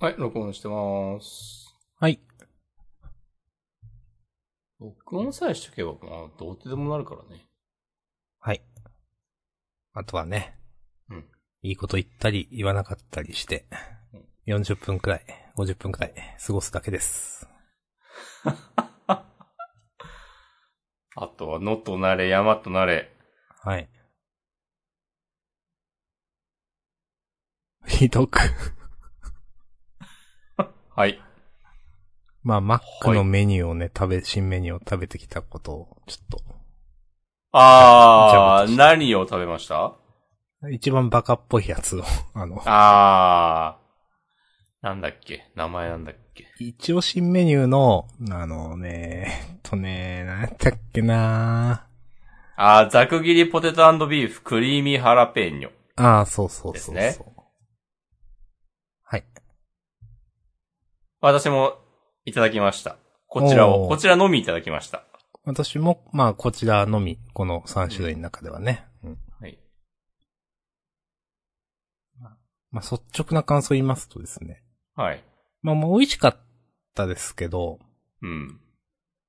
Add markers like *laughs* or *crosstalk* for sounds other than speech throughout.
はい、録音してます。はい。録音さえしとけば、まあ、どうってでもなるからね。はい。あとはね。うんいいこと言ったり言わなかったりして、40分くらい、50分くらい過ごすだけです。あとは、野となれ、山となれ。はい。 *laughs* ひどく。はい。まあ、マックのメニューをね、食べ、新メニューを食べてきたことを、ちょっあジャブー、ジ何を食べましたと、一番バカっぽいやつを、 *laughs* あの、あー、なんだっけ名前なんだっけ一応新メニューの、あのね、えっとね、なんやったっけなあー、ざく切りポテトビーフ、クリーミーハラペーニョ。ああ、そうそうそうそう。ですはい。私も、いただきました。こちらを、おーこちらのみいただきました。私も、まあ、こちらのみ、この3種類の中ではね。うんはい。まあ、率直な感想言いますとですね。はい。まあ、もう美味しかったですけど、うん。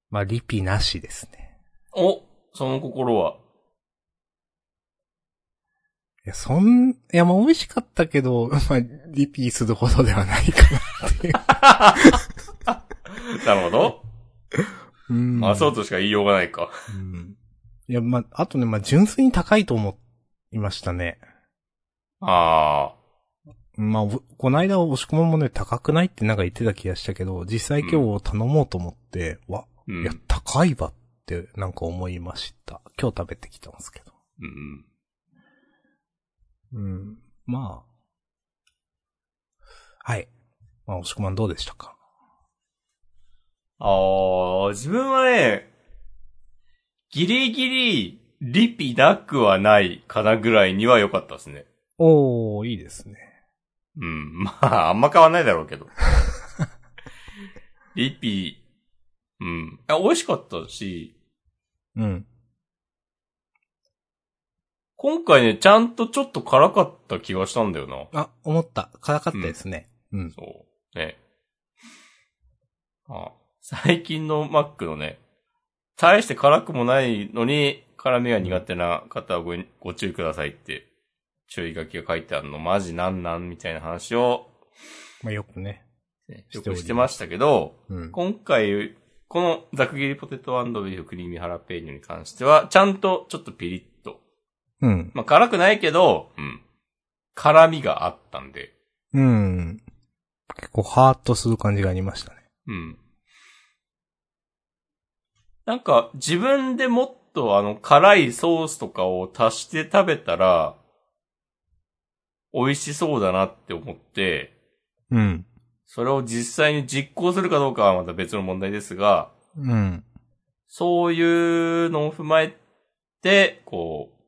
まあ、リピなしですね。お、その心は。いや、そん、いや、まあ、美味しかったけど、 *laughs* まあ、リピするほどではないかなっていう。なるほど。う *laughs* んまあ、そうとしか言いようがないか。うん。いや、まあ、あとね、まあ、純粋に高いと思いましたね。あまあ、おこないだ押し込みもね、高くないってなんか言ってた気がしたけど、実際今日頼もうと思って、わ、ー。うん。いや、高いわってなんか思いました。今日食べてきたんですけど。うん。うん。まあ。はい。まあ、押し込まんどうでしたかああ、自分はね、ギリギリ、リピなくはないかなぐらいには良かったですね。おー、いいですね。うん。 *laughs* まあ、あんま変わんないだろうけど。リピ、うん。いや美味しかったし、うん。今回ね、ちゃんとちょっと辛かった気がしたんだよな。あ、思った。辛かったですね。うん。そう。ね。あ最近のマックのね、大して辛くもないのに、辛みが苦手な方はごご注意くださいって、注意書きが書いてあるの、マジなんなんみたいな話を、まあ、よくね。ねしてよおくりますしてましたけど、うん。今回、このザク切りポテトビーフクリーミーハラペーニョに関しては、ちゃんとちょっとピリッと。うん。まあ、辛くないけど、うん。辛みがあったんで、うん。結構、ハーッとする感じがありましたね。うん。なんか、自分でもっとあの、辛いソースとかを足して食べたら、美味しそうだなって思って、うん。それを実際に実行するかどうかはまた別の問題ですが、うん。そういうのを踏まえて、こう、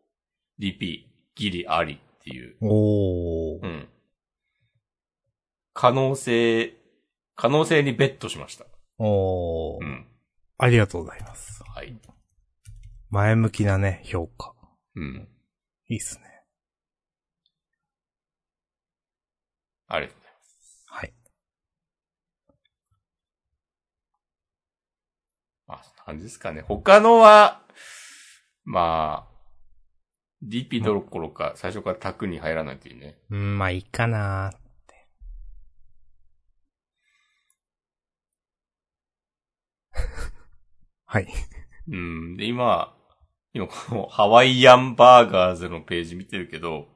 リピ、ギリありっていう、おーう。ん。可能性、可能性にベットしました。おうー。ん。ありがとうございます。はい。前向きなね、評価。うん。いいっすね。ありがとうございますはい。まあ、そんな感じですかね。他のは、まあ、リピどころか、最初から卓に入らないというね。うん、まあいいかな *laughs* はい。うん。で、今、今この *laughs* ハワイアンバーガーズのページ見てるけど、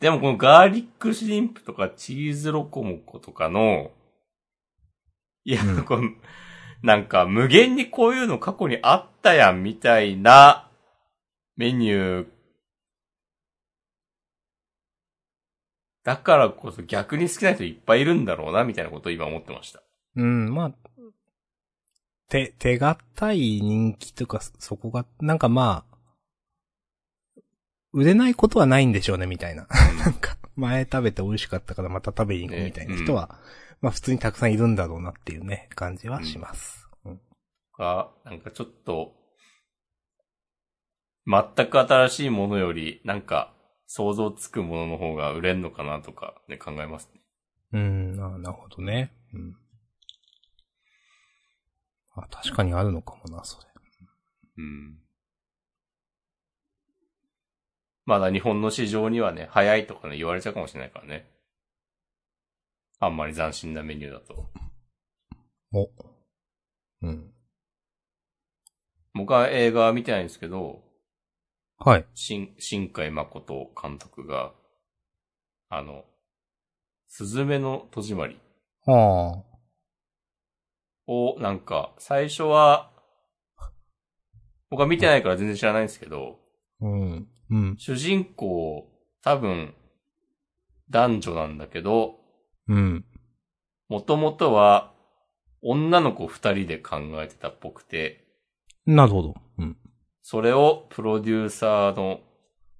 でもこのガーリックシュリンプとかチーズロコモコとかの、いや、うんこのなんか無限にこういうの過去にあったやんみたいなメニュー。だからこそ逆に好きな人いっぱいいるんだろうなみたいなことを今思ってました。うん、まあ、手、手堅い人気とか、そそこが、なんかまあ、売れないことはないんでしょうね、みたいな。なんか、前食べて美味しかったからまた食べに行こうみたいな人は、まあ普通にたくさんいるんだろうなっていうね、感じはします。うんが、なんかちょっと、全く新しいものより、なんか、想像つくものの方が売れんのかなとかね、考えますね。うん、あなるほどね。うん。あ、確かにあるのかもな、それ。うん。まだ日本の市場にはね、早いとかね、言われちゃうかもしれないからね。あんまり斬新なメニューだと。お。うん。僕は映画見てないんですけど、はい。新、新海誠監督が、あの、すずめの戸締まりはを、なんか、最初は、僕は見てないから全然知らないんですけど、あ。うん。うん。主人公、多分、男女なんだけど、うん。もともとは、女の子二人で考えてたっぽくて、なるほど。うん。それをプロデューサーの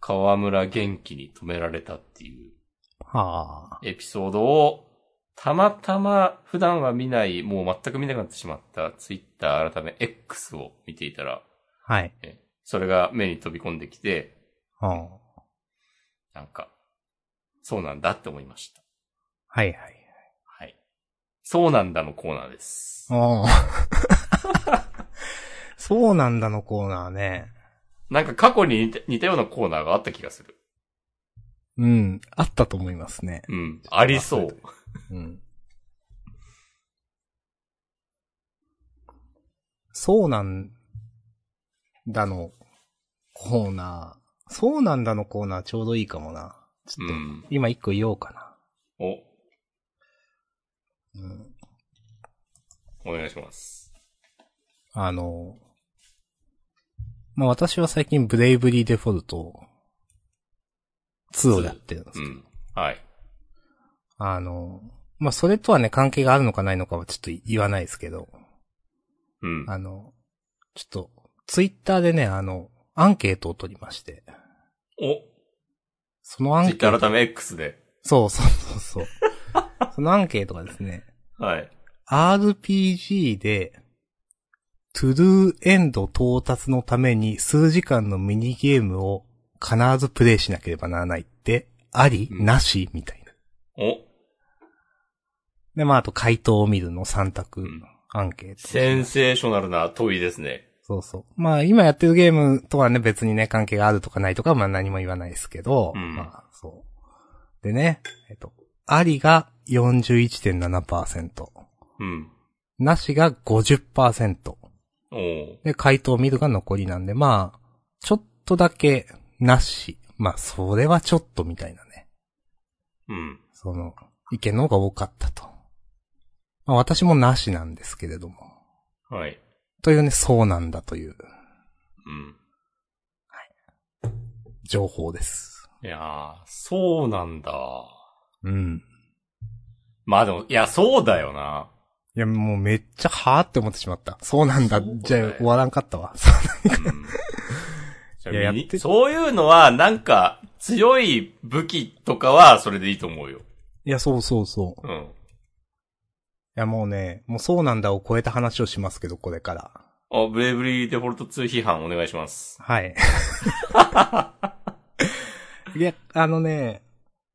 河村元気に止められたっていうはあ。エピソードを、たまたま普段は見ない、もう全く見なくなってしまったツイッター改め X を見ていたら、はい。えそれが目に飛び込んできて、はあ。なんか、そうなんだって思いました。はいはい。はい。そうなんだのコーナーです。ああ。 *laughs* そうなんだのコーナーね。なんか過去に似た似たようなコーナーがあった気がする。うん。あったと思いますね。うん。ありそう。うん。そうなんだのコーナー。そうなんだのコーナーちょうどいいかもな。ちうょっと、ん。今一個言おうかお、な。うおん。願いします。あの、まあ、私は最近ブレイブリーデフォルト2をやってるんですうけど、ん。はい。あの、まあ、それとはね、関係があるのかないのかはちょっと言わないですけど、うん。あの、ちょっと、ツイッターでね、あの、アンケートを取りまして、お、そのアンツケイッート、ター改め X で。そうそうそうそう。 *laughs* そのアンケートがですね、はい。 RPG で、トゥルーエンド到達のために数時間のミニゲームを必ずプレイしなければならないって、あり、うんなし、みたいな。お、で、まあ、あと回答を見るの3択ん、アンケート。センセーショナルな問いですね。そうそう。まあ、今やってるゲームとはね、別にね、関係があるとかないとかは、まあ何も言わないですけど、うんまあ、そう。でね、えっと、ありが41.7%、うん。なしが50%、おーで、回答見るが残りなんで、まあ、ちょっとだけ、なし。まあ、それはちょっとみたいなね。うん。その、意見の方が多かったと。まあ、私もなしなんですけれども。はい。というね、そうなんだといううん。情報です。いやー、そうなんだ。うん。まあでも、いや、そうだよな。いや、もうめっちゃはぁって思ってしまった。そうなんだ。そうだよじゃあ終わらんかったわ。うんいややってそういうのは、なんか、強い武器とかは、それでいいと思うよ。 *laughs* いや、そうそうそう。いうん。や、もうね、もうそうなんだを超えた話をしますけど、これから。あ、ブレイブリーデフォルト2批判お願いします。 *laughs* はい。いや、あのね、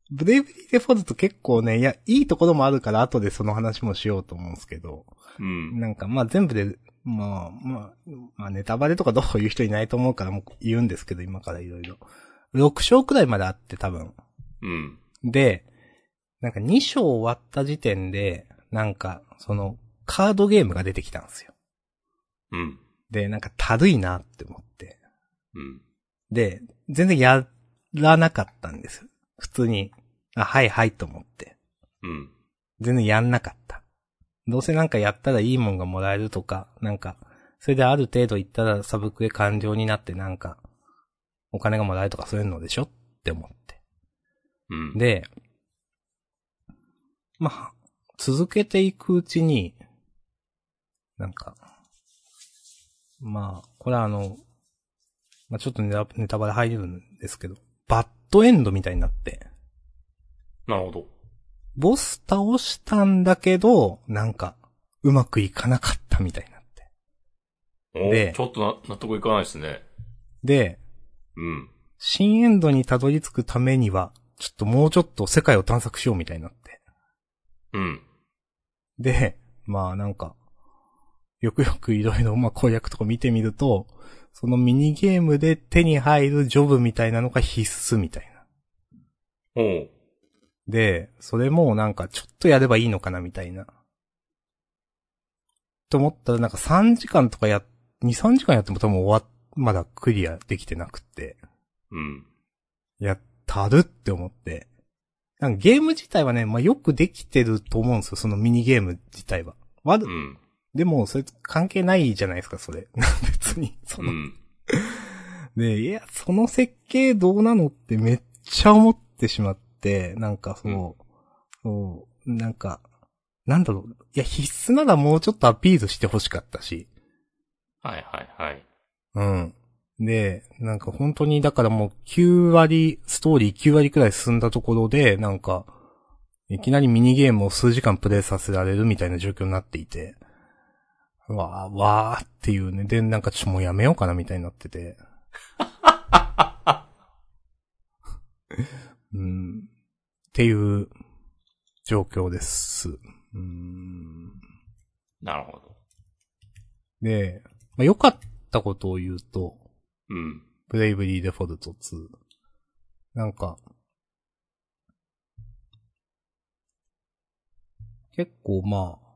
ブレイブリーデフォルト結構ね、いや、いいところもあるから後でその話もしようと思うんですけど、うん。なんかまあ全部で、まあ、まあ、まあネタバレとかどうこう言う人いないと思うからもう言うんですけど、今からいろいろ。6章くらいまであって多分。うん。で、なんか2章終わった時点で、なんか、その、カードゲームが出てきたんですよ。うん。で、なんか、たるいなって思って。うん。で、全然やらなかったんですよ。普通に、あ、はいはいと思って。うん。全然やんなかった。どうせなんかやったらいいもんがもらえるとか、なんか、それである程度行ったらサブクエ完了になってなんか、お金がもらえるとかそういうのでしょって思って。うん。で、まあ、続けていくうちに、なんか、まあ、これはあの、まあちょっとネタネタバレ入るんですけど、バッドエンドみたいになって、なるほど。ボス倒したんだけど、なんか、うまくいかなかったみたいになって。おでちょっとな納得いかないですね。で、うん。新エンドにたどり着くためには、ちょっともうちょっと世界を探索しようみたいになって。うん。で、 *laughs* まあなんか、よくよくいろいろ、まあ攻略とか見てみると、そのミニゲームで手に入るジョブみたいなのが必須みたいな。おう。で、それもなんかちょっとやればいいのかなみたいな。と思ったらなんか3時間とかや、2、3時間やっても多分終わっ、まだクリアできてなくって、うん。やったるって思って。なんかゲーム自体はね、まあよくできてると思うんですよ、そのミニゲーム自体は。悪う、ん。でも、それ関係ないじゃないですか、それ。 *laughs* 別に。そうの、ん。で、いや、その設計どうなのってめっちゃ思ってしまって、なんかそう、そう、なんか、なんだろう、いや、必須ならもうちょっとアピールしてほしかったし、はいはいはい。うん。で、なんか本当に、だからもう9割、ストーリー9割くらい進んだところで、なんか、いきなりミニゲームを数時間プレイさせられるみたいな状況になっていて、わー、わーっていうね。で、なんかちょっともうやめようかなみたいになってて。 *laughs* うん。っていう状況です。うん。なるほど。で、まあ、良かったことを言うと、うん。ブレイブリーデフォルト2。なんか、結構まあ、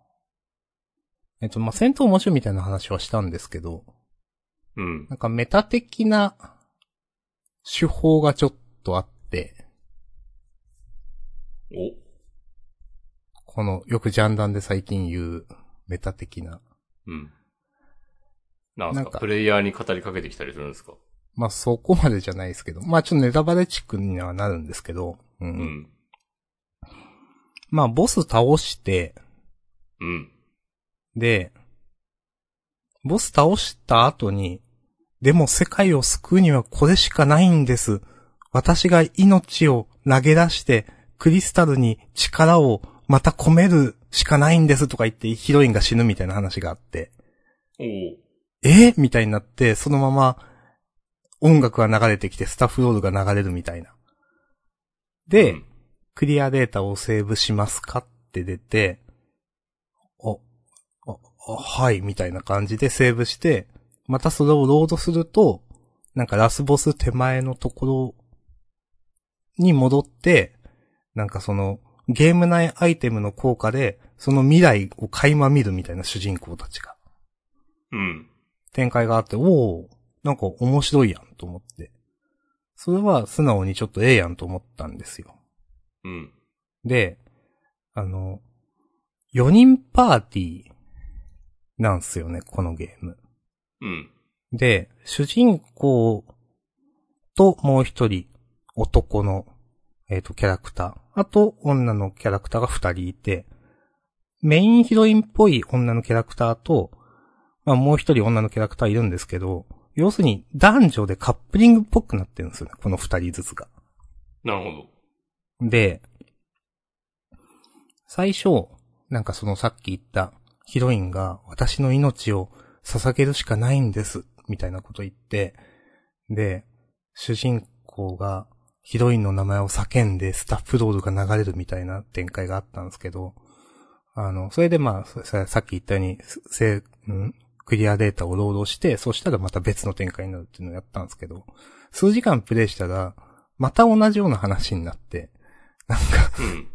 えっと、まあ、戦闘面白いみたいな話はしたんですけど、うん。なんかメタ的な手法がちょっとあって、お。この、よくジャンダンで最近言うメタ的な。うん。なんすなんかかプレイヤーに語りかけてきたりするんですかまあ、そこまでじゃないですけど、まあ、ちょっとネタバレチックにはなるんですけど、う。うんん。まあ、ボス倒して、うん。で、ボス倒した後に、でも世界を救うにはこれしかないんです。私が命を投げ出して、クリスタルに力をまた込めるしかないんですとか言ってヒロインが死ぬみたいな話があって、おう。えみたいになって、そのまま音楽が流れてきてスタッフロールが流れるみたいな。で、うんクリアデータをセーブしますかって出て、お、あ、あはい、みたいな感じでセーブして、またそれをロードすると、なんかラスボス手前のところに戻って、なんかその、ゲーム内アイテムの効果で、その未来を垣間見るみたいな主人公たちが、うん。展開があって、おおなんか面白いやんと思って。それは素直にちょっとええやんと思ったんですよ。うん。で、あの、4人パーティーなんすよね、このゲーム。うん。で、主人公ともう一人男の、えっ、と、キャラクター。あと、女のキャラクターが二人いて、メインヒロインっぽい女のキャラクターと、まあもう一人女のキャラクターいるんですけど、要するに男女でカップリングっぽくなってるんですよね、この二人ずつが。なるほど。で、最初、なんかそのさっき言ったヒロインが私の命を捧げるしかないんです、みたいなこと言って、で、主人公がヒロインの名前を叫んでスタッフロールが流れるみたいな展開があったんですけど、あの、それでまあ、そそさっき言ったように、すせんクリアデータをロードして、そしたらまた別の展開になるっていうのをやったんですけど、数時間プレイしたら、また同じような話になって、うん。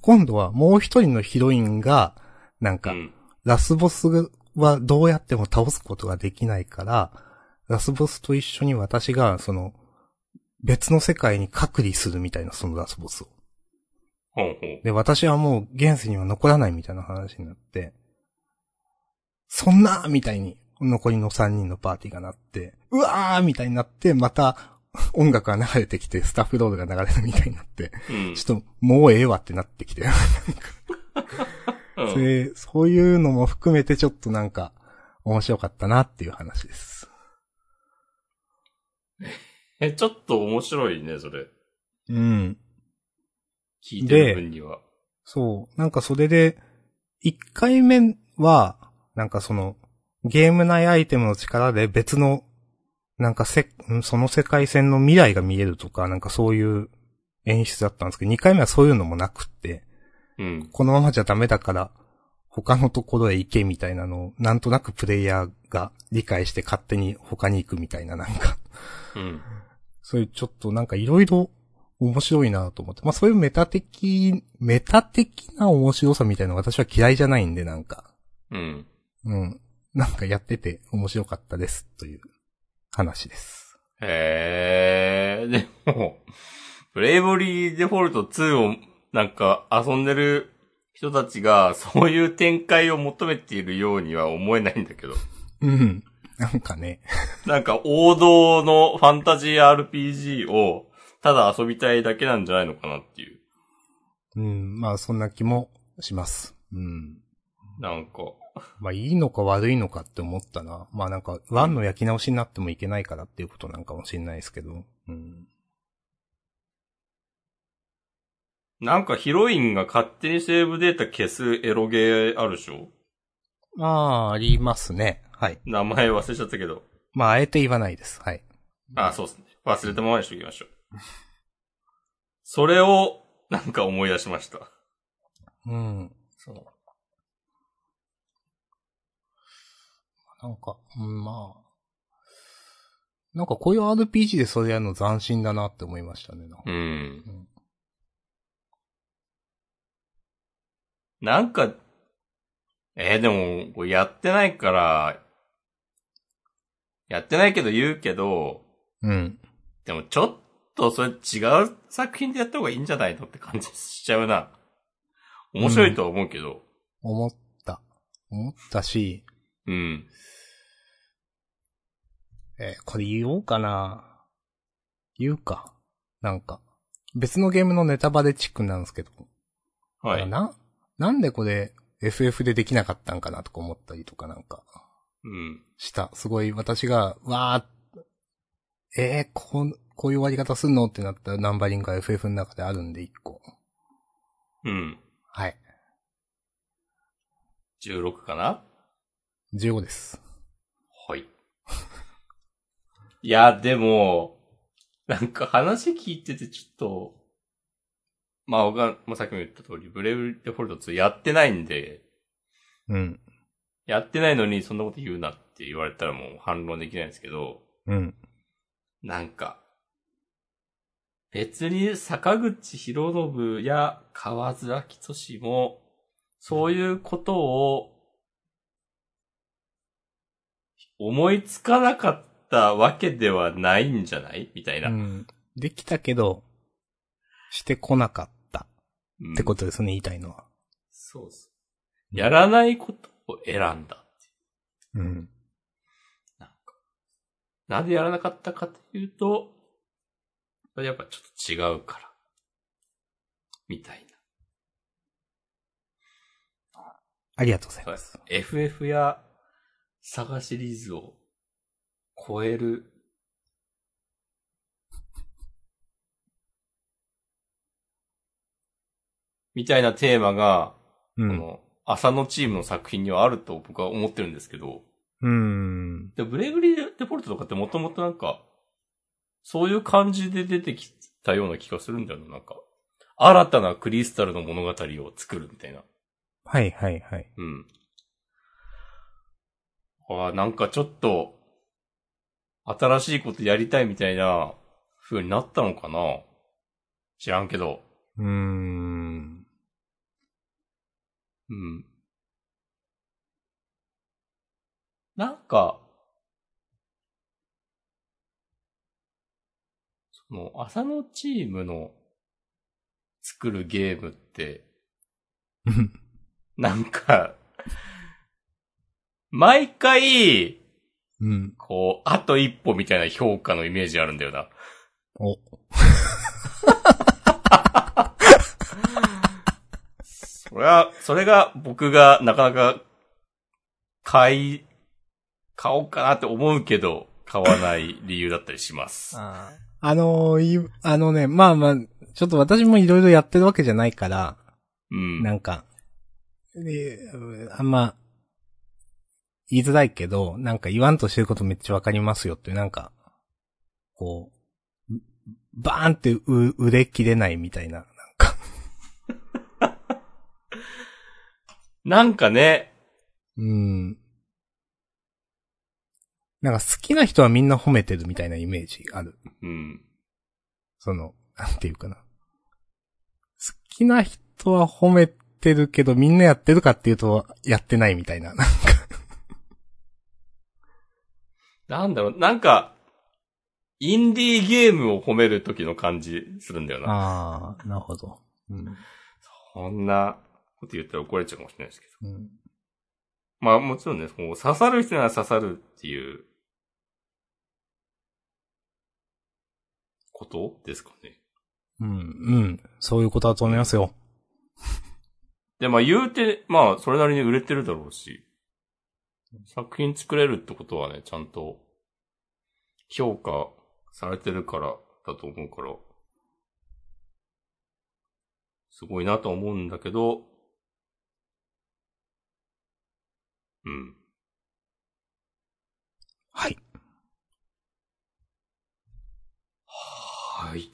今度はもう一人のヒロインが、なんうか、ん。ラスボスはどうやっても倒すことができないから、ラスボスと一緒に私が、その、別の世界に隔離するみたいな、そのラスボスを。ほうほう。で、私はもう現世には残らないみたいな話になって、そんなーみたいに、残りの3人のパーティーがなって、うわーみたいになって、また、音楽が流れてきて、スタッフロールが流れるみたいになって、うん。ちょっと、もうええわってなってきて。うんで、そういうのも含めてちょっとなんか、面白かったなっていう話です。え、ちょっと面白いね、それ。うん。聞いてる分には。そう。なんかそれで、1回目は、なんかその、ゲーム内アイテムの力で別の、なんかせ、んその世界線の未来が見えるとか、なんかそういう演出だったんですけど、2回目はそういうのもなくって、うん。このままじゃダメだから、他のところへ行けみたいなのを、なんとなくプレイヤーが理解して勝手に他に行くみたいな、なんか、うん。そういうちょっとなんかいろいろ面白いなと思って。まあそういうメタ的、メタ的な面白さみたいなの私は嫌いじゃないんでなんか。うん。うん。なんかやってて面白かったですという話です。へえ、でも、ブレイボリーデフォルト2をなんか遊んでる人たちがそういう展開を求めているようには思えないんだけど。うん。なんかね。なんか王道のファンタジー RPG をただ遊びたいだけなんじゃないのかなっていう。うん。まあそんな気もします。うん。なんか、まあいいのか悪いのかって思ったな。まあなんか、ワンの焼き直しになってもいけないからっていうことなんかもしれないですけど。うん。なんかヒロインが勝手にセーブデータ消すエロゲーあるでしょまあ、ありますね。はい。名前忘れちゃったけど。まあ、あえて言わないです。はい。あそうですね。忘れたままにしときましょう。それを、なんか思い出しました。うん。そう。なんか、うん、まあ。なんかこういう RPG でそれやるの斬新だなって思いましたね。なんかうんうん。なんか、えー、でも、これやってないから、やってないけど言うけど、うん。でもちょっとそれ違う作品でやった方がいいんじゃないのって感じしちゃうな。面白いとは思うけど。思った。思ったし、うん。えーこれ言おうかな言うか。なんか。別のゲームのネタバレチックなんですけど。はい。うな、なんでこれ FF でできなかったんかなとか思ったりとかなんか。ん。した。すごい私が、わー、えー、こん、こういう終わり方すんのってなったナンバリングが FF の中であるんで、一個。うん。はい。 16かな15です。はい。いや、でも、なんか話聞いててちょっと、まあ、僕が、まあ、さっきも言った通り、ブレイブデフォルト2やってないんで、うん。やってないのにそんなこと言うなって言われたらもう反論できないんですけど、うん。なんか、別に坂口博信や河津明俊も、そういうことを、思いつかなかったわけではないんじゃないみたいうな。ん。できたけど、してこなかったうんってことですね、言いたいのは。そうです。やらないことを選んだ。うん。なんかなんでやらなかったかというと、やっぱちょっと違うから。みたいな。ありがとうございそうまですす。。FF やサガシリーズを超える。みたいなテーマが、うこん。の、朝のチームの作品にはあると僕は思ってるんですけど、うん。で、ブレイブリーデフォルトとかってもともとなんか、そういう感じで出てきたような気がするんだよな、なんか。新たなクリスタルの物語を作るみたいな。はいはいはい。うん。ああ、なんかちょっと、新しいことやりたいみたいな風になったのかな知らんけど。うーん。うん。なんか、その、朝のチームの作るゲームって、なんか、毎回、うん。こう、あと一歩みたいな評価のイメージあるんだよな。お。それは、それが僕がなかなか、買い、買おうかなって思うけど、買わない理由だったりします。あのー、いあのね、まあまあ、ちょっと私もいろいろやってるわけじゃないから、うん。なんか、でうんあんま、言いづらいけど、なんか言わんとしてることめっちゃわかりますよっていう、なんか、こう、うバーンってう腕切れないみたいな、なんか、なんかね、うん。なんか好きな人はみんな褒めてるみたいなイメージある。うん。その、なんていうかな。好きな人は褒めてるけど、みんなやってるかっていうと、やってないみたいな。なんだろう、なんか、インディーゲームを褒める時の感じするんだよな。ああ、なるほど。うん。こんなこと言ったら怒られちゃうかもしれないですけど。うん。まあもちろんね、こう刺さる人なら刺さるっていう、ことですかね。うん、うん。そういうことだと思いますよ。で、まあ言うて、まあそれなりに売れてるだろうし、作品作れるってことはね、ちゃんと評価されてるからだと思うから、すごいなと思うんだけど、うん。はい。はい。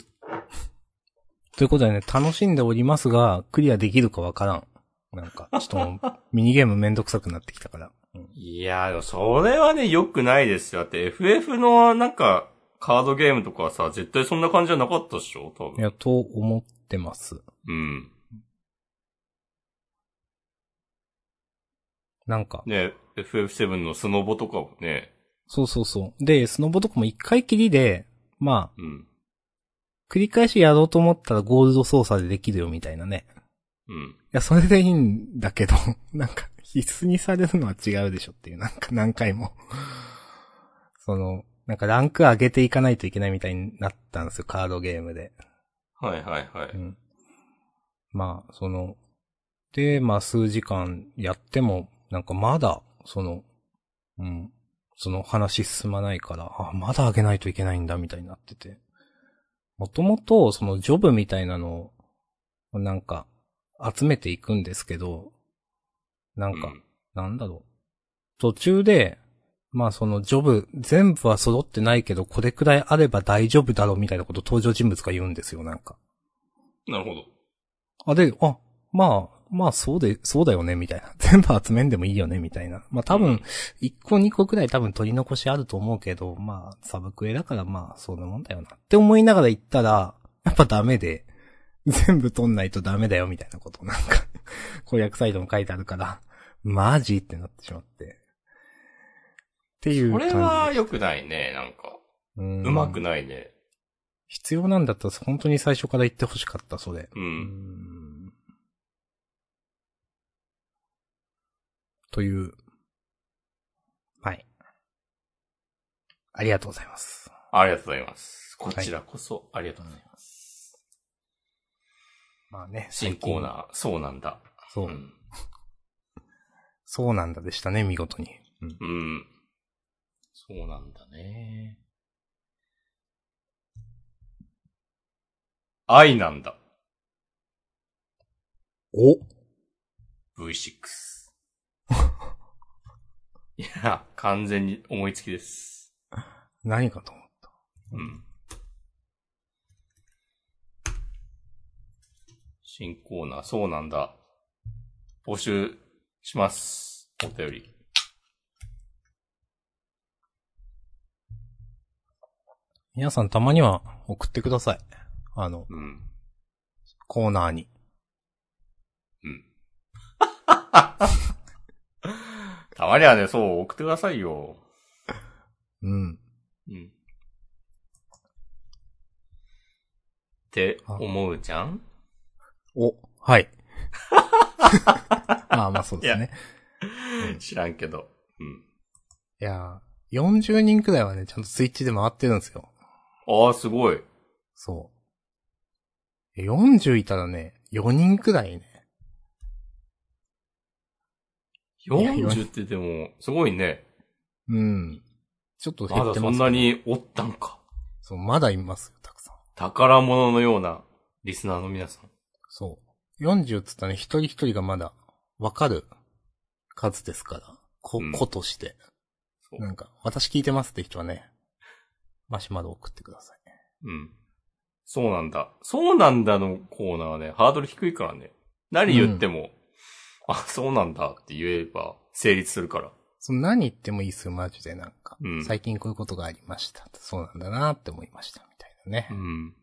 ということでね、楽しんでおりますが、クリアできるかわからん。なんか、ちょっともう、ミニゲームめんどくさくなってきたから。うんいやー、でもそれはね、良くないですよ。だって FF のなんか、カードゲームとかはさ、絶対そんな感じじゃなかったっしょ多い分。や、と思ってます。うん。なんか、ね、FF7 のスノボとかもね、そうそうそう。で、スノボとかも一回きりで、まあ、うん。繰り返しやろうと思ったらゴールド操作でできるよみたいなね。うん。いや、それでいいんだけど、 *laughs* なんか、必須にされるのは違うでしょっていう、なんか何回も。その、なんかランク上げていかないといけないみたいになったんですよ、カードゲームで。はいはいはうい。ん。まあ、その、で、まあ数時間やっても、なんかまだ、その、うん、その話進まないから、あ、まだ上げないといけないんだ、みたいになってて。もともと、そのジョブみたいなのを、なんか、集めていくんですけど、なんか、なんだろう。途中で、まあそのジョブ、全部は揃ってないけど、これくらいあれば大丈夫だろうみたいなことを登場人物が言うんですよ、なんか。うん。なるほど。あ、で、あ、まあ、まあ、そうで、そうだよね、みたいな。 *laughs* 全部集めんでもいいよね、みたいな。まあ、多う分ん、 1個2個くらい多分取り残しあると思うけど、まあ、サブクエだからまあ、そんなもんだよな。って思いながら行ったら、やっぱダメで、 *laughs* 全部取んないとダメだよ、みたいなことをなんか、 *laughs* 攻略サイトも書いてあるから、マジってなってしまって。っていうこ感じ。れは良くないね、なんか。うん、うまくないね。必要なんだったら、本当に最初から言ってほしかった、それ。う。うんんという。はい。ありがとうございます。ありがとうございます。こちらこそ、ありがとうございます。まあね、新コーナー、そうなんだ。そうう、ん。そうなんだでしたね、見事に。うんうん。そうなんだね。愛なんだ。お V6。いや、完全に思いつきです。何かと思った。うん。新コーナー、そうなんだ。募集します。お便り。皆さんたまには送ってください。あの、うん。コーナーに。うん。 *laughs* たまにはね、そう、送ってくださいよ。うん。うん。って思うじゃんお、 *laughs* はい。まあまあそうですね。知らんけど。うん。いやー、40人くらいはね、ちゃんとスイッチで回ってるんですよ。ああ、すごい。そう。え40いたらね、4人くらいね。や言わな40ってでも、すごいね。うん。ちょっと減まっだてそますけどんな。におったんか。そう、まだいますよ、たくさん。宝物のような、リスナーの皆さん。そう。40っつったらね、一人一人がまだ、わかる数ですから。こうん、子として。そうなんか、私聞いてますって人はね、マシュマロ送ってください。うん。そうなんだ。そうなんだのコーナーはね、ハードル低いからね。何言っても、あ、そうなんだって言えば成立するから。その何言ってもいいですよ、マジでなんか。うん最近こういうことがありました。そうなんだなって思いました、みたいなね。うん。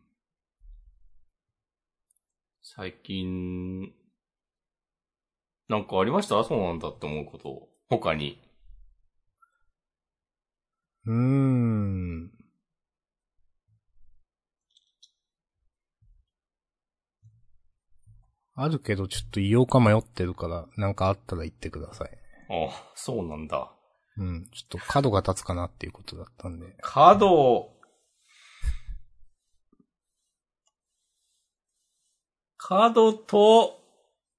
最近、なんかありましたそうなんだって思うこと。他に。うーん。あるけど、ちょっと言おうか迷ってるから、なんかあったら言ってください。あ、そうなんだ。うん。ちょっと角が立つかなっていうことだったんで。角を、角と、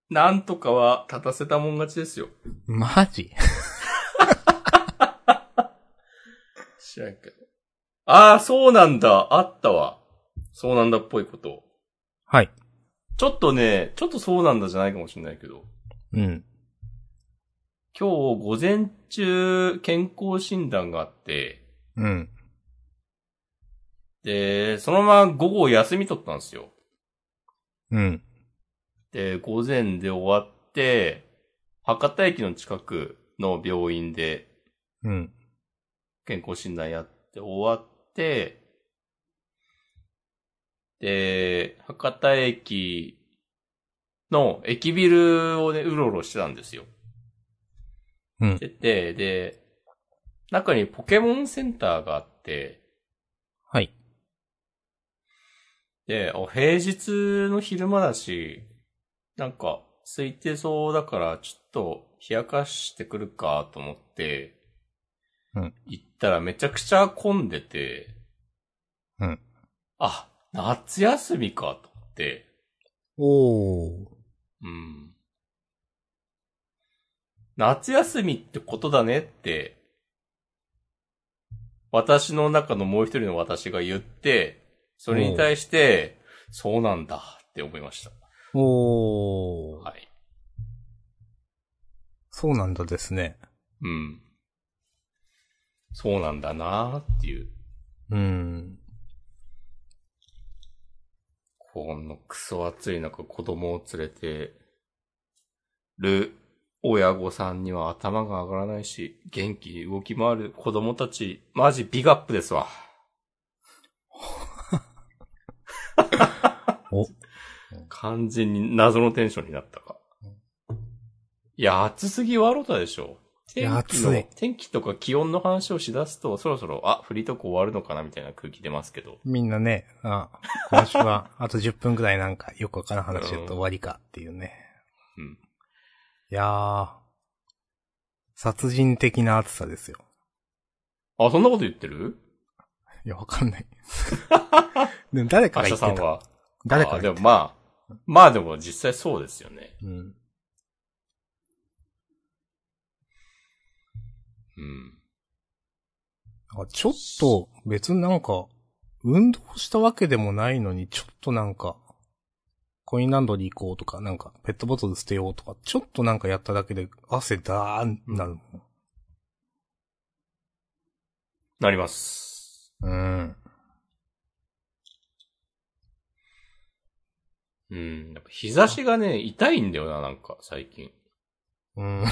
なんとかは立たせたもん勝ちですよ。マジ知らんけど。ああ、そうなんだ。あったわ。そうなんだっぽいこと。はい。ちょっとね、ちょっとそうなんだじゃないかもしれないけど。うん。今日午前中、健康診断があって、うん。で、そのまま午後休み取ったんですよ。うん。で、午前で終わって、博多駅の近くの病院でうん。健康診断やって終わって、で、博多駅の駅ビルをね、うろうろしてたんですよ。うんしてて、で、中にポケモンセンターがあって、はい。で、お平日の昼間だし、なんか、空いてそうだから、ちょっと、冷やかしてくるかと思って、うん行ったらめちゃくちゃ混んでて、うん。あ、夏休みかと思って、おー。うん。夏休みってことだねって、私の中のもう一人の私が言って、それに対して、そうなんだって思いました。おー。はい。そうなんだですね。うん。そうなんだなっていう。うん。このクソ暑い中子供を連れてる親御さんには頭が上がらないし、元気に動き回る子供たち、マジビガップですわ。 *laughs* お。完全に謎のテンションになったか。いや、暑すぎ笑うたでしょ。天や気暑のい、天気とか気温の話をしだすと、そろそろ、あ、フリートーク終わるのかなみたいな空気出ますけど。みんなね、あ、今週 *laughs* はあと10分くらいなんかよくわからん話やった終わりかっていうね。うん。いやー。殺人的な暑さですよ。あ、そんなこと言ってるいや、わか *laughs* んない。でも誰か明が日言さってんた。は。誰かあがで言っもてた。まあ、まあでも実際そうですよね。うん。うん。なんかちょっと、別になんか、運動したわけでもないのに、ちょっとなんか、コインランドリー行こうとか、なんか、ペットボトル捨てようとか、ちょっとなんかやっただけで、汗だーんなるもん。なります。うん。うん。やっぱ日差しがね、痛いんだよな、なんか、最近。うん。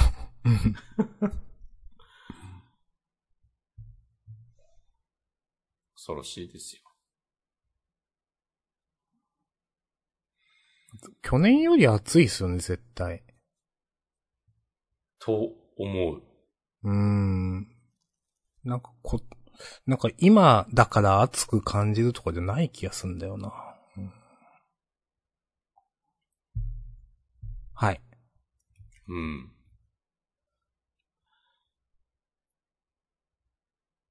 恐ろしいですよ。去年より暑いですよね、絶対。と思う。うーん。なんかこ、なんか今だから暑く感じるとかじゃない気がすんだよな。うんはい。うん。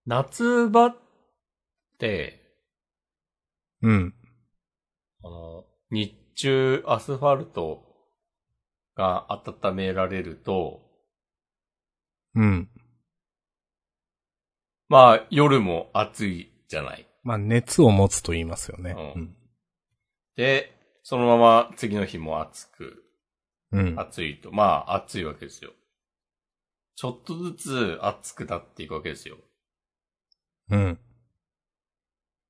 夏場って、うん。あの、日中アスファルトが温められると、うん。まあ夜も暑いじゃない。まあ、熱を持つと言いますよね。うんで、そのまま次の日も暑く、うん。うん。暑いと、まあ暑いわけですよ。ちょっとずつ暑くなっていくわけですよ。うん。っ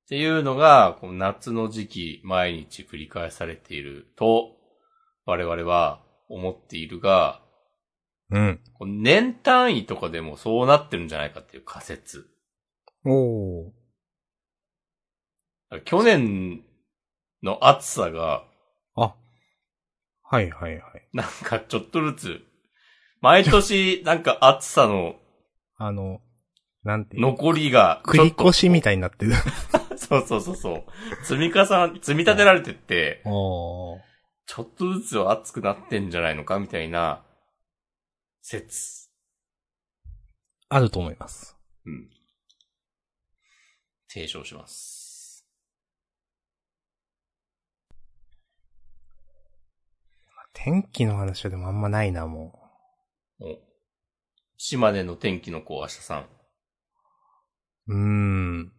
ていうのが、この夏の時期毎日繰り返されていると、我々は思っているが、うん。この年単位とかでもそうなってるんじゃないかっていう仮説。おー。だから去年の暑さが、はいはいはい。なんかちょっとずつ、毎年なんか暑さのあの、なんていうの残りが、繰り越しみたたいになって *laughs* る。い。 *laughs* そうそうそうそう。積み重な、積み立てられてって、おー。ちょっとずつは暑くなってんじゃないのかみたいな、説。あると思います。うん。提唱します。天気の話はでもあんまないな、もお島根の天気の子、明日さん。う。うーん。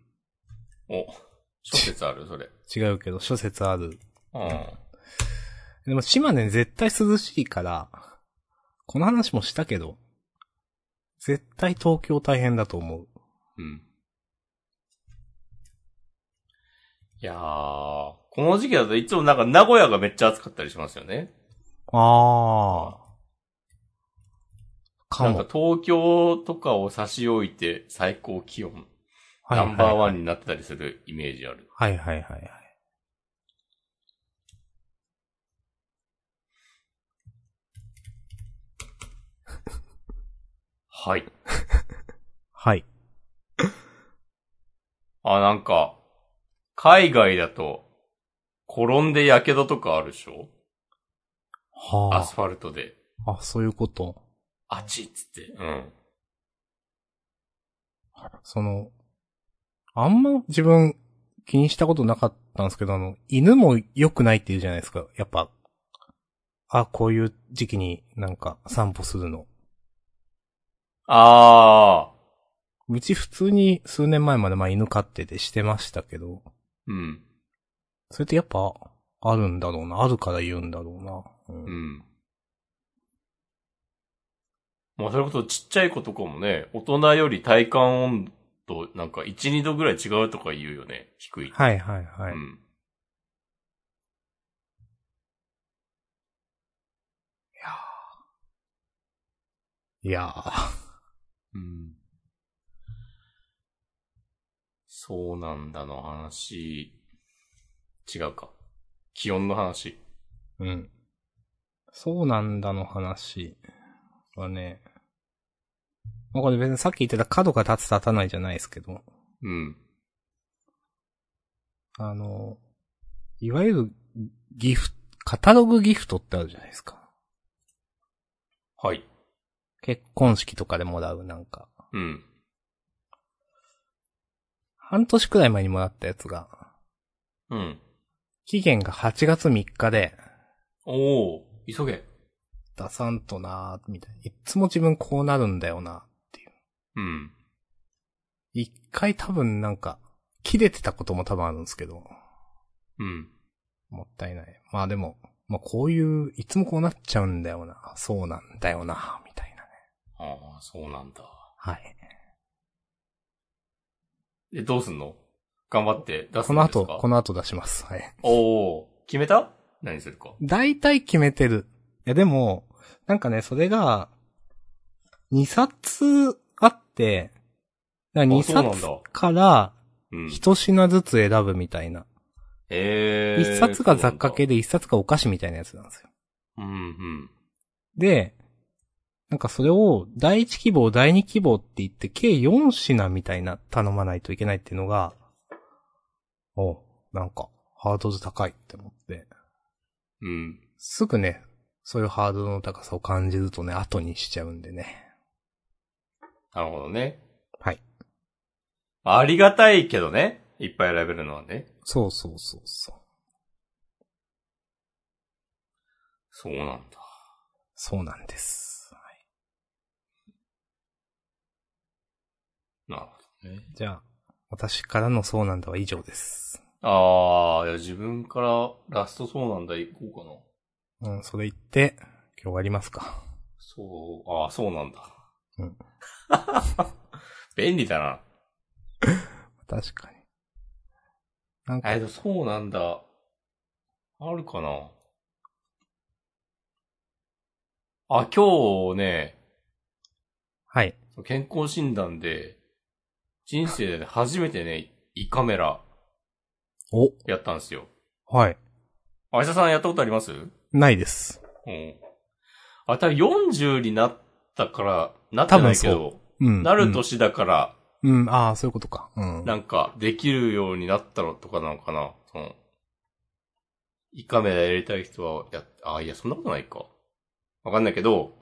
お、小説あるそれ。違うけど、諸説ある。 *laughs* うん。でも島根絶対涼しいから、この話もしたけど、絶対東京大変だと思う。うん。いやー、この時期だといつもなんか名古屋がめっちゃ暑かったりしますよね。あー。かなんも。か東京とかを差し置いて最高気温、はいナはいはいンバーワンになってたりするイメージある。はいはいはいはい。はい。はい。あ、なんか、海外だと、転んで火傷とかあるでしょアはスファルトで。あ。あ、そういうこと。あちっつって。うん。その、あんま自分気にしたことなかったんですけど、あの、犬も良くないって言うじゃないですか。やっぱ、あ、こういう時期になんか散歩するの。あー。うち普通に数年前までまあ犬飼っててしてましたけど、うん。それってやっぱあるんだろうな。あるから言うんだろうな。うんうん。まあ、それこそちっちゃい子とかもね、大人より体感温度、なんか1、2度ぐらい違うとか言うよね。低い。はいはいはい。うん。いやー。うん。そうなんだの話。違うか。気温の話。うん。そうなんだの話はね、まあこれ別にさっき言ってた角が立つ立たないじゃないですけど、うん。あの、いわゆるギフト、カタログギフトってあるじゃないですか。はい。結婚式とかでもらうなんか。うん。半年くらい前にもらったやつが、うん。期限が8月3日で、おお急げ。出さんとなー、みたいな。いっつも自分こうなるんだよな。うん。一回多分なんか、切れてたことも多分あるんですけど。うん。もったいない。まあでも、まあこういう、いつもこうなっちゃうんだよな。そうなんだよな、みたいなね。ああ、そうなんだ。はい。え、どうすんの頑張って出すこんのですか後、この後出します。はい。おお決めた何するか。大体決めてる。いやでも、なんかね、それが、2冊あって、だから2あそうなんだ冊からうん。一品ずつ選ぶみたいな。えー。一冊が雑貨系で。で一冊がお菓子みたいなやつなんですよ。うんうん。で、なんかそれを第一希望、第二希望って言って、計4品みたいな頼まないといけないっていうのが、おうなんか、ハードル高いって思って、うん。すぐね、そういうハードルの高さを感じるとね、後にしちゃうんでね。なるほどね。はい。ありがたいけどね。いっぱい選べるのはね。そうそうそうそう。そうなんだ。そうなんです。はいなるほどね。じゃあ、私からのそうなんだは以上です。あー、いや自分からラストそうなんだ行こうかな。うん、それ言って、今日終わりますか。そう、あー、そうなんだ。 *laughs* うん。便利だな。確かに。なんかえ、でもそうなんだ。あるかなあ、今日ね、はい。健康診断で、人生 *laughs* で初めてね、胃カメラお、やったんですよ。はい。あいささんやったことありますないです。うん。あ、たぶん40になったから、なってないけ多ど、うん。なる年だから、うん。うん、ああ、そういうことか。うん。なんか、できるようになったのとかなのかなその、胃カメラやりたい人は、やっ、あ、いや、そんなことないか。わかんないけど、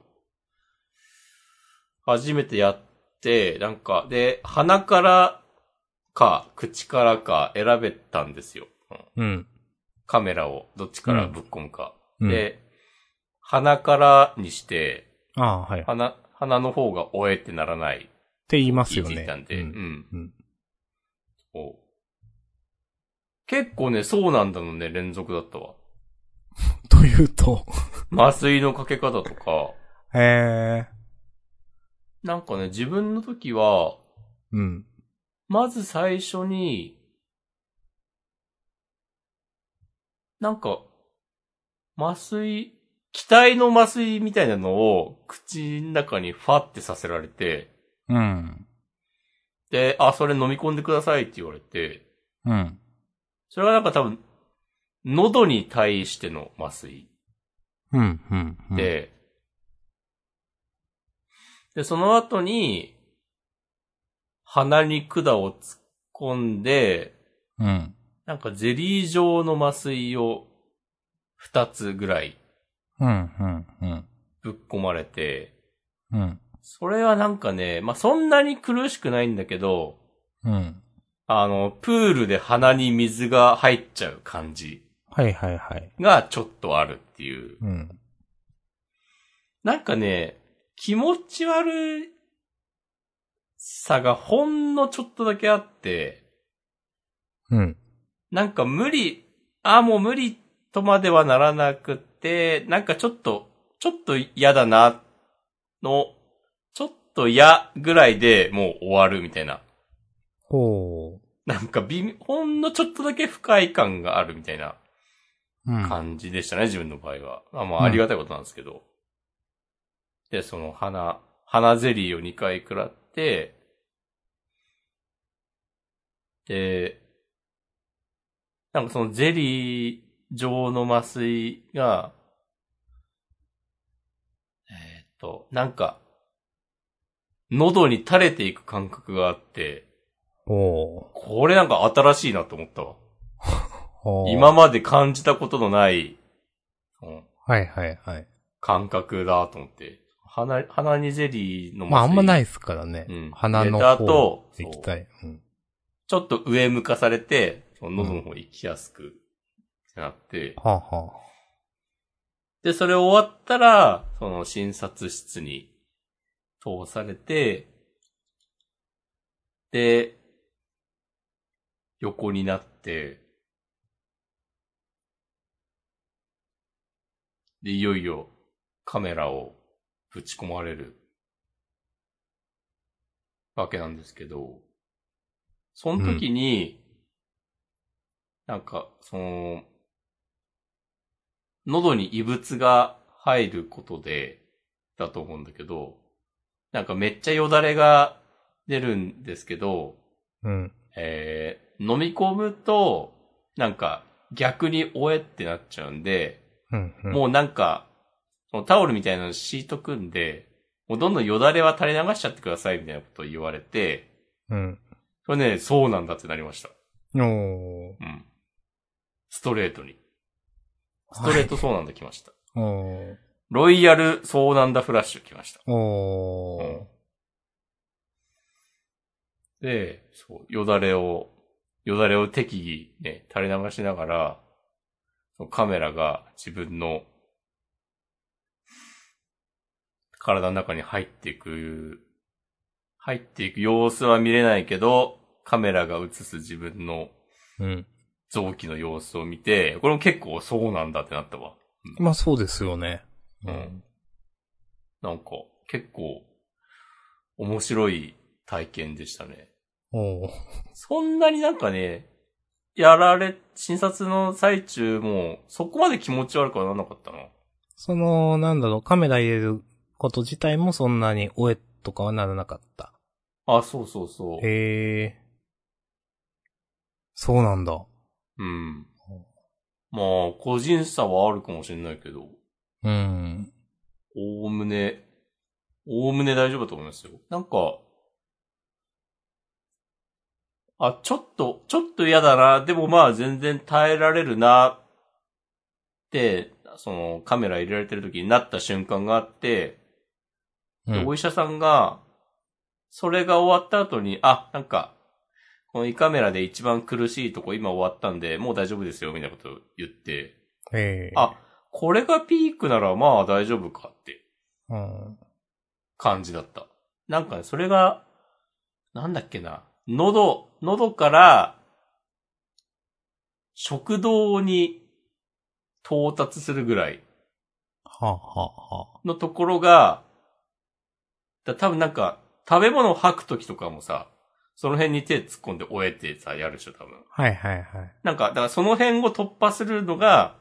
初めてやって、なんか、で、鼻からか、口からか選べたんですよ。うんうん。カメラを、どっちからぶっ込むか。うん、で、鼻からにして、ああ、はい。っ鼻、鼻の方がおえってならない。て言いますよいじねった。んで。ううんん。うんお結構ね、そうなんだのね、連続だったわ。というと、麻酔のかけ方とか、へえ、なんかね、自分の時は、うん。まず最初に、なんか、麻酔、気体の麻酔みたいなのを口の中にファってさせられて、うん。で、あ、それ飲み込んでくださいって言われて、うん。それはなんか多分、喉に対しての麻酔うん、うん。うん、で、で、その後に、鼻に管を突っ込んで、うん。なんかゼリー状の麻酔を二つぐらいうん、うん、うん。ぶっ込まれて、うん。それはなんかね、まあ、そんなに苦しくないんだけど、うん。あの、プールで鼻に水が入っちゃう感じはい、はい、はい。がちょっとあるっていう。うん。なんかね、気持ち悪さがほんのちょっとだけあって、うん。なんか無理、あ、もう無理とまではならなくて、なんかちょっと、ちょっと嫌だな、の、ちょっと嫌ぐらいでもう終わるみたいな。ほなんか微妙、ほんのちょっとだけ不快感があるみたいなう。うん。感じでしたね、自分の場合は。まあまあ、ありがたいことなんですけど。で、その花、花ゼリーを2回食らって、で、なんかそのゼリー状の麻酔が、えーっと、なんか、喉に垂れていく感覚があって、ほう。これなんか新しいなと思ったわ。ほう。今まで感じたことのない、うんはい、はい、はい。感覚だと思って。鼻、鼻にゼリーの。まあ、あんまないいですからね。うん鼻入のれた方後液体。うん。ちょっと上向かされて、その喉の方行きやすく、ってなって。はあ、はあ。で、それ終わったら、その診察室に通されて、で、横になって、で、いよいよカメラをぶち込まれるわけなんですけど、その時に、なんか、その、喉に異物が入ることで、だと思うんだけど、なんかめっちゃよだれが出るんですけど、うん。えー、飲み込むと、なんか逆におえってなっちゃうんで、うん。うんもうなんか、そのタオルみたいなの敷いとくんで、もうどんどんよだれは垂れ流しちゃってくださいみたいなことを言われて、うん。それね、そうなんだってなりました。おー。うん。ストレートに。ストレートそうなんだ来ました。おー。ロイヤルそうなんだフラッシュ来ました。おー。で、そう、よだれを、よだれを適宜ね、垂れ流しながら、そのカメラが自分の体の中に入っていく、入っていく様子は見れないけど、カメラが映す自分のうん。臓器の様子を見て、これも結構そうなんだってなったわ。まあ、そうですよね。うん。なんか、結構、面白い体験でしたね。おー。そんなになんかね、やられ、診察の最中も、そこまで気持ち悪くはならなかったな。その、なんだろう、カメラ入れること自体もそんなに、おえとかはならなかった。あ、そうそうそう。へえ。そうなんだ。うん。まあ、個人差はあるかもしれないけど、うん。おおむね、おおむね大丈夫だと思いますよ。なんか、あ、ちょっと、ちょっと嫌だな、でもまあ全然耐えられるな、って、そのカメラ入れられてる時になった瞬間があって、うで、んお医者さんが、それが終わった後に、あ、なんか、この胃カメラで一番苦しいとこ今終わったんで、もう大丈夫ですよ、みたいなことを言って、へえ。あ、これがピークならまあ大丈夫かってうん。感じだった。なんかね、それが、なんだっけな、喉、喉から、食道に到達するぐらいはあ、はあ、はあ。のところが、だ多分なんか、食べ物を吐くときとかもさ、その辺に手突っ込んで終えてさ、やるでしょ、多分。はいはいはい。なんか、だからその辺を突破するのが、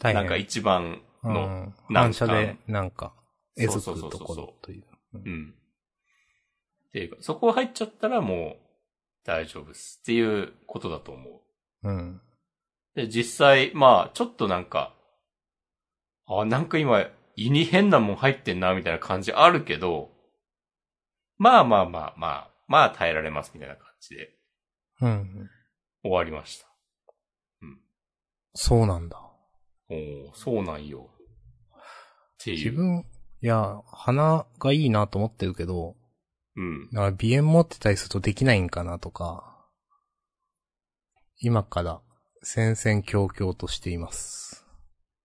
大なんか一番の、うんなんか反射で、なんか、えずそうそうくそとうそうころという。うん。っていうか、そこ入っちゃったらもう、大丈夫っす。っていうことだと思う。うん。で、実際、まあ、ちょっとなんか、あ、なんか今、胃に変なもん入ってんな、みたいな感じあるけど、まあまあまあまあ、まあ耐えられます、みたいな感じでうん。終わりました。そうなんだ。おおそうなんよ。ってい自う。分、いや、鼻がいいなと思ってるけど、うん。だから鼻炎持ってたりするとできないんかなとか、今から戦々恐々としています。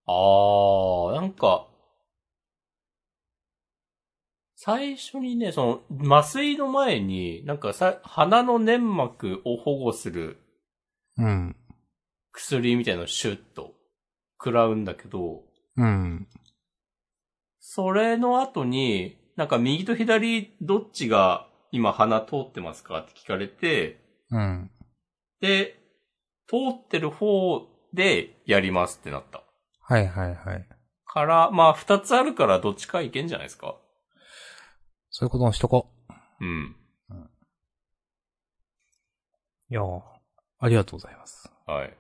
あー、なんか、最初にね、その、麻酔の前に、なんかさ、鼻の粘膜を保護するうん。薬みたいなのをシュッと食らうんだけど、うん。それの後に、なんか右と左どっちが今鼻通ってますかって聞かれて、うん。で、通ってる方でやりますってなった。はいはいはい。から、まあ二つあるからどっちかいけんじゃないですかそういうことにしとこうん。う。いやーありがとうございます。はい。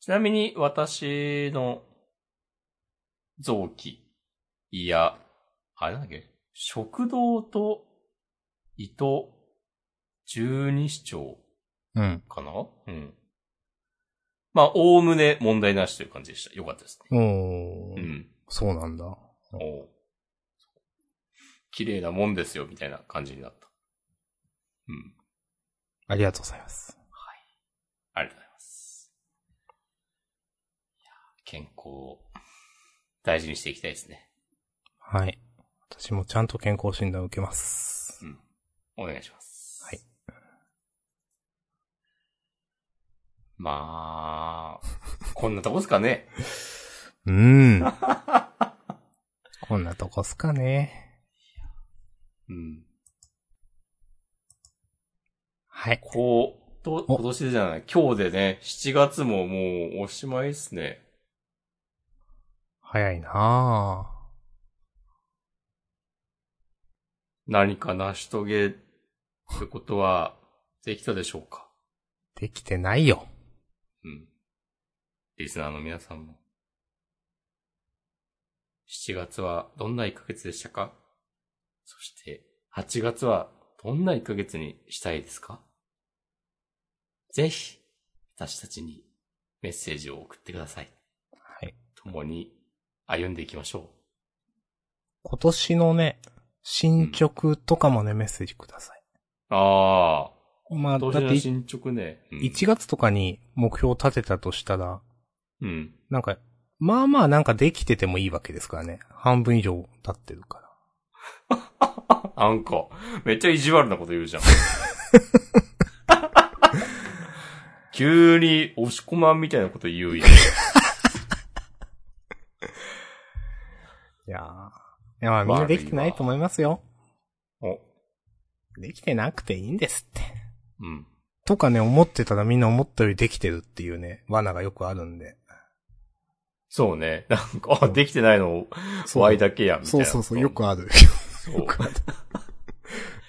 ちなみに私の臓器、いや、あれなんだっけ食道と胃と十二指腸うん。かなうん。まあ、おおむね問題なしという感じでした。よかったですね。おうー、ん。そうなんだ。おう綺麗なもんですよ、みたいな感じになった。うん。ありがとうございます。ありがとうございます。いや健康を大事にしていきたいですね。はい。私もちゃんと健康診断を受けます。うん。お願いします。はい。まあ、こんなとこですかね。うー *laughs* ん。こんなとこっすかね。うん。はい。こう、と、お今年でじゃない、今日でね、7月ももうおしまいですね。早いなぁ。何か成し遂げることはできたでしょうかできてないよ。うん。リスナーの皆さんも。7月はどんな1ヶ月でしたかそして、8月はどんな1ヶ月にしたいですかぜひ、私たちにメッセージを送ってください。はい。共に歩んでいきましょ今年のね、進捗とかもね、メッセージください。う。あまあ、あ、どだっうてしよう進捗ね。うん1月とかに目標を立てたとしたら、うん。なんか、まあまあなんかできててもいいわけですからね。半分以上経ってるから。なんか、めっちゃ意地悪なこと言うじゃん。 *laughs* 急に押し込まんみたいなこと言うやん。いやー。いやまあみんなできてないと思いますよ。お、できてなくていいんですって。うん。とかね、思ってたらみんな思ったよりできてるっていうね、罠がよくあるんで。そうね。なんか、あ、できてないの、そう Y だけや、みたいそうな。そうそう、よくある。 *laughs* そうよくある。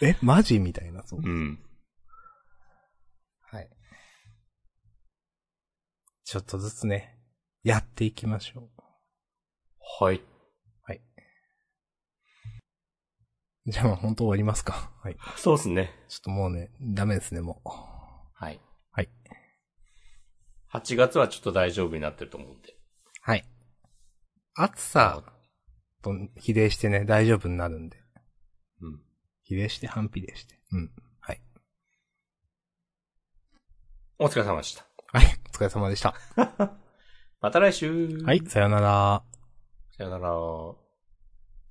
え、マジみたいな、そう。うん。はい。ちょっとずつね、やっていきましょう。はい。じゃあまあ本当終わりますか。はい。そうですね。ちょっともうね、ダメですね、もう。はい。はい。 8月はちょっと大丈夫になってると思うんで。はい。暑さと比例してね、大丈夫になるんで。うん。比例して反比例して。うん。はい。お疲れ様でした。はい。お疲れ様でした。また来週はい。。さよなら。さよなら。